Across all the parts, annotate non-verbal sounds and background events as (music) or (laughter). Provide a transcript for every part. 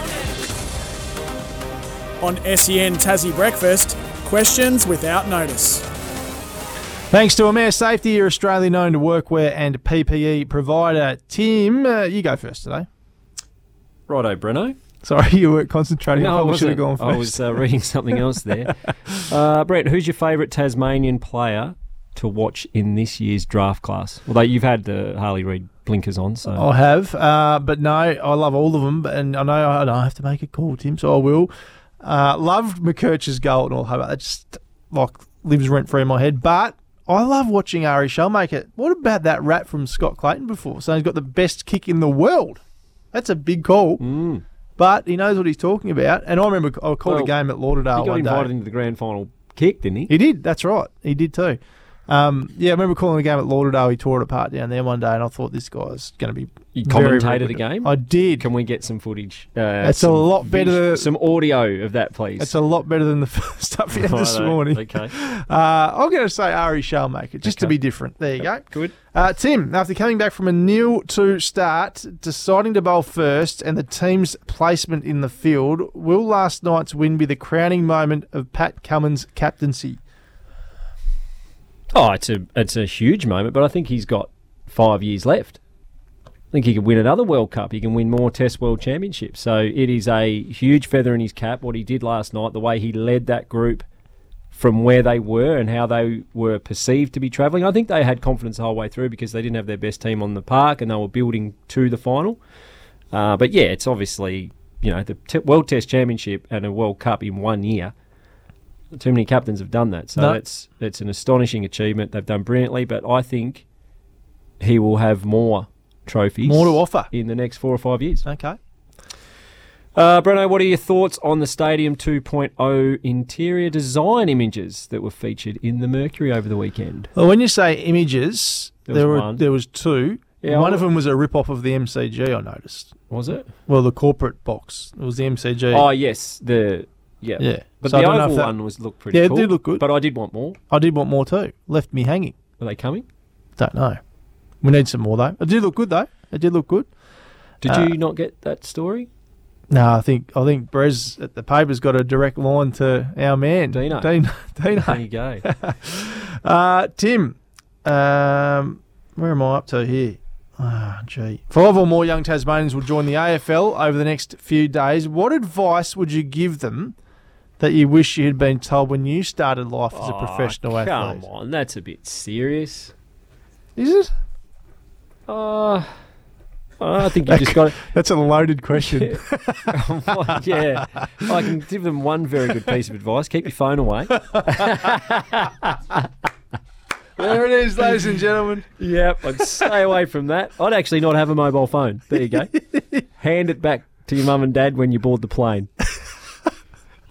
On SEN Tassie Breakfast, questions without notice. Thanks to Amir Safety, your Australian owned workwear and PPE provider. Tim, uh, you go first today. Righto, Breno. Sorry, (laughs) you were concentrating. I probably should have gone wasn't. first. I was uh, reading something else (laughs) there. uh, Brett, who's your favourite Tasmanian player to watch in this year's draft class? Although you've had the Harley Reid blinkers on, so I have, uh, but no, I love all of them, but- and I know I, know I have to make a call, Tim, so I will. Uh, loved McKirch's goal and all Hobart. That just like lives rent free in my head. But I love watching Ari Shellmaker. What about that rat from Scott Clayton before? So he's got the best kick in the world. That's a big call. But he knows what he's talking about. And I remember I called Mm. Well, a game at Lauderdale he got one invited day. into the grand final kick, didn't he? He did. That's right. He did too. Um, yeah, I remember calling a game at Lauderdale. He tore it apart down there one day, and I thought this guy's going to be. You very, very commentated good. a game? I did. Can we get some footage? Uh, That's a some lot better vis- than- Some audio of that, please. It's a lot better than the (laughs) first stuff (laughs) we had this Righto, morning. (laughs) Okay. Uh, I'm going to say Ari Shellmaker, just to Okay. be different. There you go. Good. Uh, Tim, after coming back from a nil to start, deciding to bowl first, and the team's placement in the field, will last night's win be the crowning moment of Pat Cummins' captaincy? Oh, it's a it's a huge moment, but I think he's got five years left. I think he can win another World Cup. He can win more Test World Championships. So it is a huge feather in his cap what he did last night, the way he led that group from where they were and how they were perceived to be travelling. I think they had confidence the whole way through because they didn't have their best team on the park and they were building to the final. Uh, but yeah, it's obviously you know the t- World Test Championship and a World Cup in one year. Not Too many captains have done that, so No. that's that's an astonishing achievement. They've done brilliantly, but I think he will have more trophies, More to offer. in the next four or five years. Okay. Uh, Breno, what are your thoughts on the Stadium 2.0 interior design images that were featured in the Mercury over the weekend? Well, when you say images, There there, was were one. there was two. Yeah, one I- of them was a rip off of the MCG. I noticed. Was it? Well, the corporate box. It was the MCG. Oh yes, the yeah, Yeah. But So I the don't know if oval that- one was looked pretty. Yeah, it cool, did look good. But I did want more. I did want more too. Left me hanging. Are they coming? Don't know. We need some more though. It did look good though. It did look good. Did Uh, you not get (laughs) that story? No, I think I think Brez at the paper's got a direct line to our man Dino. Dino. (laughs) There Dino. you go. Uh, Tim, um, where am I up to here? Ah, gee. Five or more young Tasmanians will join the AFL over the next few days. What advice would you give them that you wish you had been told when you started life as a (laughs) professional Oh, come athlete? on, that's a bit serious. Is it? Uh, I think (laughs) you just got That's a loaded question. it. (laughs) Yeah, I can give them one very good piece of advice: keep your phone away. (laughs) there it is, ladies and gentlemen. Yep, I'd stay away from that. I'd actually not have a mobile phone. There (laughs) you go. Hand it back to your mum and dad when you board the plane.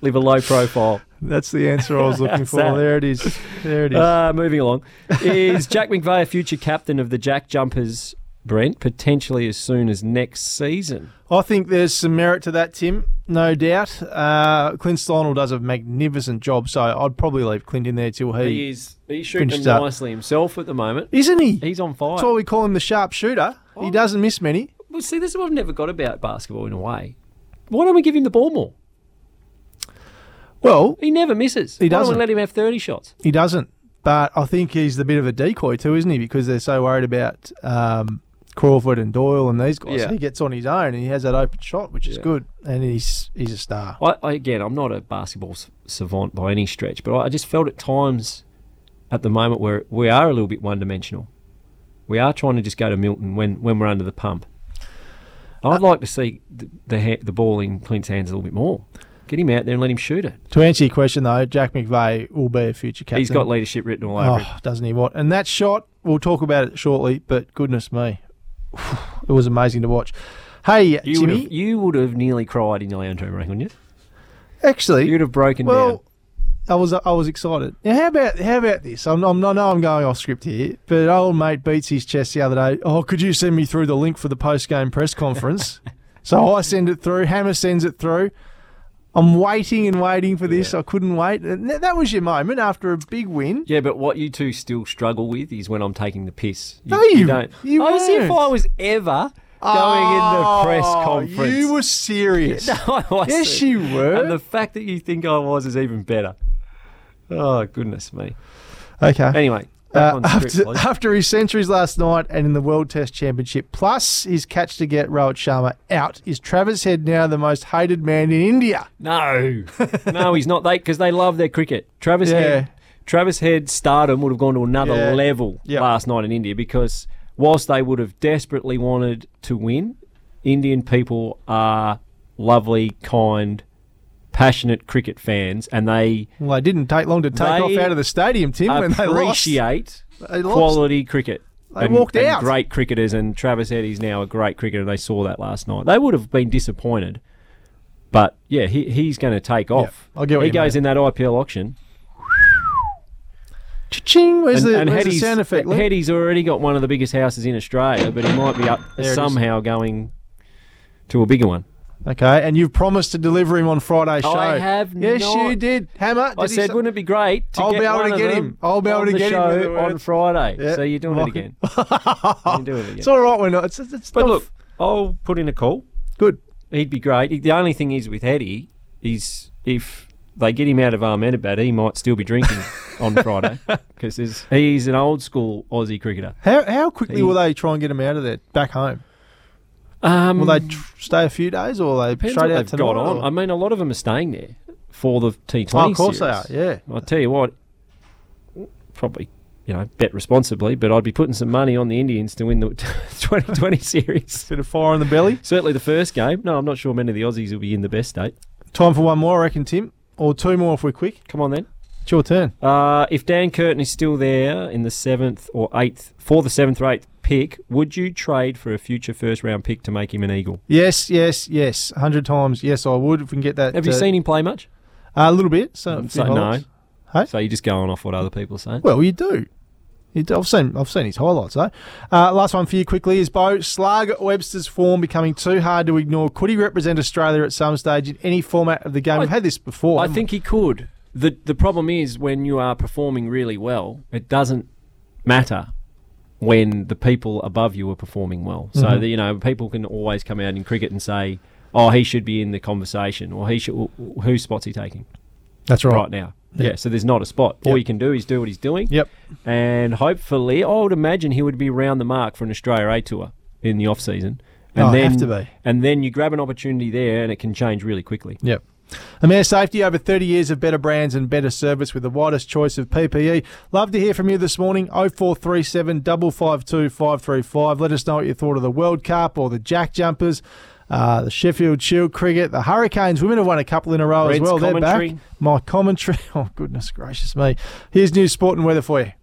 Live a low profile. (laughs) That's the answer I was looking for. that? There it is. There it is. Uh, moving along. Is Jack McVeigh a future captain of the Jack Jumpers, Brent, potentially as soon as next season? I think there's some merit to that, Tim. No doubt. Uh, Clint Steinel does a magnificent job, so I'd probably leave Clint in there till He he. is he's shooting Finished them up. nicely himself at the moment. Isn't he? He's on That's fire. why we call him the sharp shooter. He doesn't miss many. Well, see, this is what I've never got about basketball in a way. Why don't we give him the ball more? Well, He never misses. He Why don't doesn't. we let him have 30 shots? he doesn't. But I think he's the bit of a decoy too, isn't he? Because they're so worried about um, Crawford and Doyle and these guys. Yeah. He gets on his own and he has that open shot, which is Yeah. good. And he's he's a star. I, I, again, I'm not a basketball s- savant by any stretch, but I just felt at times at the moment where we are a little bit one dimensional. We are trying to just go to Milton when, when we're under the pump. Uh, I'd like to see the, the ha- the ball in Clint's hands a little bit more. Get him out there and let him shoot it. To answer your question, though, Jack McVeigh will be a future captain. He's got leadership written all over him. Oh, doesn't he what? And that shot, we'll talk about it shortly, but goodness me. (sighs) It was amazing to watch. Hey, You would, Jimmy. have, you would have nearly cried in your own home, wouldn't you? Actually, You would have broken down. well, I was I was excited. Now, how about how about this? I'm, I'm I know I'm going off script here, but old mate beats his chest the other day. Oh, could you send me through the link for the post game press (laughs) conference? so I send it through. Hammer sends it through. I'm waiting and waiting for this. I couldn't wait. And th- that was your moment after a big win. Yeah, but what you two still struggle with is when I'm taking the piss. No, you- don't. you I was if weren't. I was ever going in the press Oh, conference. You were serious. (laughs) I wasn't. Yes, you were. And the fact that you think I was is even better. Oh goodness me. Okay. Anyway, back Uh, on script, after, please. after his centuries last night and in the World Test Championship, plus his catch to get Rohit Sharma out, is Travis Head now the most hated man in India? No, no, he's not. They because they love their cricket. Travis Yeah. Head, Travis Head's stardom would have gone to another Yeah. level Yep. last night in India because whilst they would have desperately wanted to win, Indian people are lovely, kind, passionate cricket fans, and they Well, it didn't take long to take They off out of the stadium, Tim, when they lost. appreciate They lost. quality cricket. They walked and out. Great cricketers, and Travis Head is now a great cricketer. They saw that last night. They would have been disappointed, but yeah, he, he's going to take off. I get what he you goes in that IPL auction, Cha-ching! Where's, and, the, and where's the Hedy's- sound effect? Link? Hedy's already got one of the biggest houses in Australia, but he might be up it is. somehow going to a bigger one. Okay, and you've promised to deliver him on Friday's show. I have Yes, not. you did. Hammer. I did he said, say- wouldn't it be great to I'll get be able to one of get them him. I'll be able on to the get him, in show other on words. Friday? Yeah. So you're doing it Lock it. (laughs) again. you're doing it again. It's all right. We're not. It's, it's, it's But not look, I'll put in a call. good. He'd be great. He- The only thing is with Eddie is if they get him out of Ahmedabad, he might still be (laughs) drinking on Friday because he's an old school Aussie cricketer. How, how quickly He- will they try and get him out of there, back home? Um, Will they tr- stay a few days, or are they depends straight what out they've tonight? got on. or- I mean, a lot of them are staying there for the T20 Oh, of course series. they are. Yeah. I'll tell you what, probably, you know, bet responsibly, but I'd be putting some money on the Indians to win the (laughs) 2020 series. (laughs) Bit of fire in the belly. Certainly the first game. No, I'm not sure many of the Aussies will be in the best state. Time for one more, I reckon, Tim, or two more if we're quick. Come on then. It's your turn. Uh, if Dan Curtin is still there in the seventh or eighth, for the seventh or eighth pick, would you trade for a future first round pick to make him an Eagle? Yes, yes, yes. A hundred times. Yes, I would if we can get that. Have you uh, seen him play much? a little bit? So, a Um, few so no. highlights. Hey? So you're just going off what other people are saying. Well, you do. You do. I've seen. I've seen his highlights though. Uh, last one for you quickly is Bo Slug Webster's form becoming too hard to ignore. Could he represent Australia at some stage in any format of the game? I- We've had this before. I haven't we? think he could. The the problem is when you are performing really well, it doesn't matter when the people above you are performing well. So Mm-hmm. that you know, people can always come out in cricket and say, "Oh, he should be in the conversation," or "He should." Whose spot's he taking that's right. right now? Yeah. So there's not a spot. All Yep. you can do is do what he's doing. Yep. And hopefully, I would imagine he would be round the mark for an Australia A tour in the off season. And Oh, then, have to be. And then you grab an opportunity there, and it can change really quickly. Yep. Amir Safety, over 30 years of better brands and better service with the widest choice of PPE. Love to hear from you this morning, 0437 552 535. Let us know what you thought of the World Cup or the Jack Jumpers, uh, the Sheffield Shield cricket, the Hurricanes. Women have won a couple in a row as Reds well. They're commentary. (laughs) back. My commentary. Oh, goodness gracious me. Here's new sport and weather for you.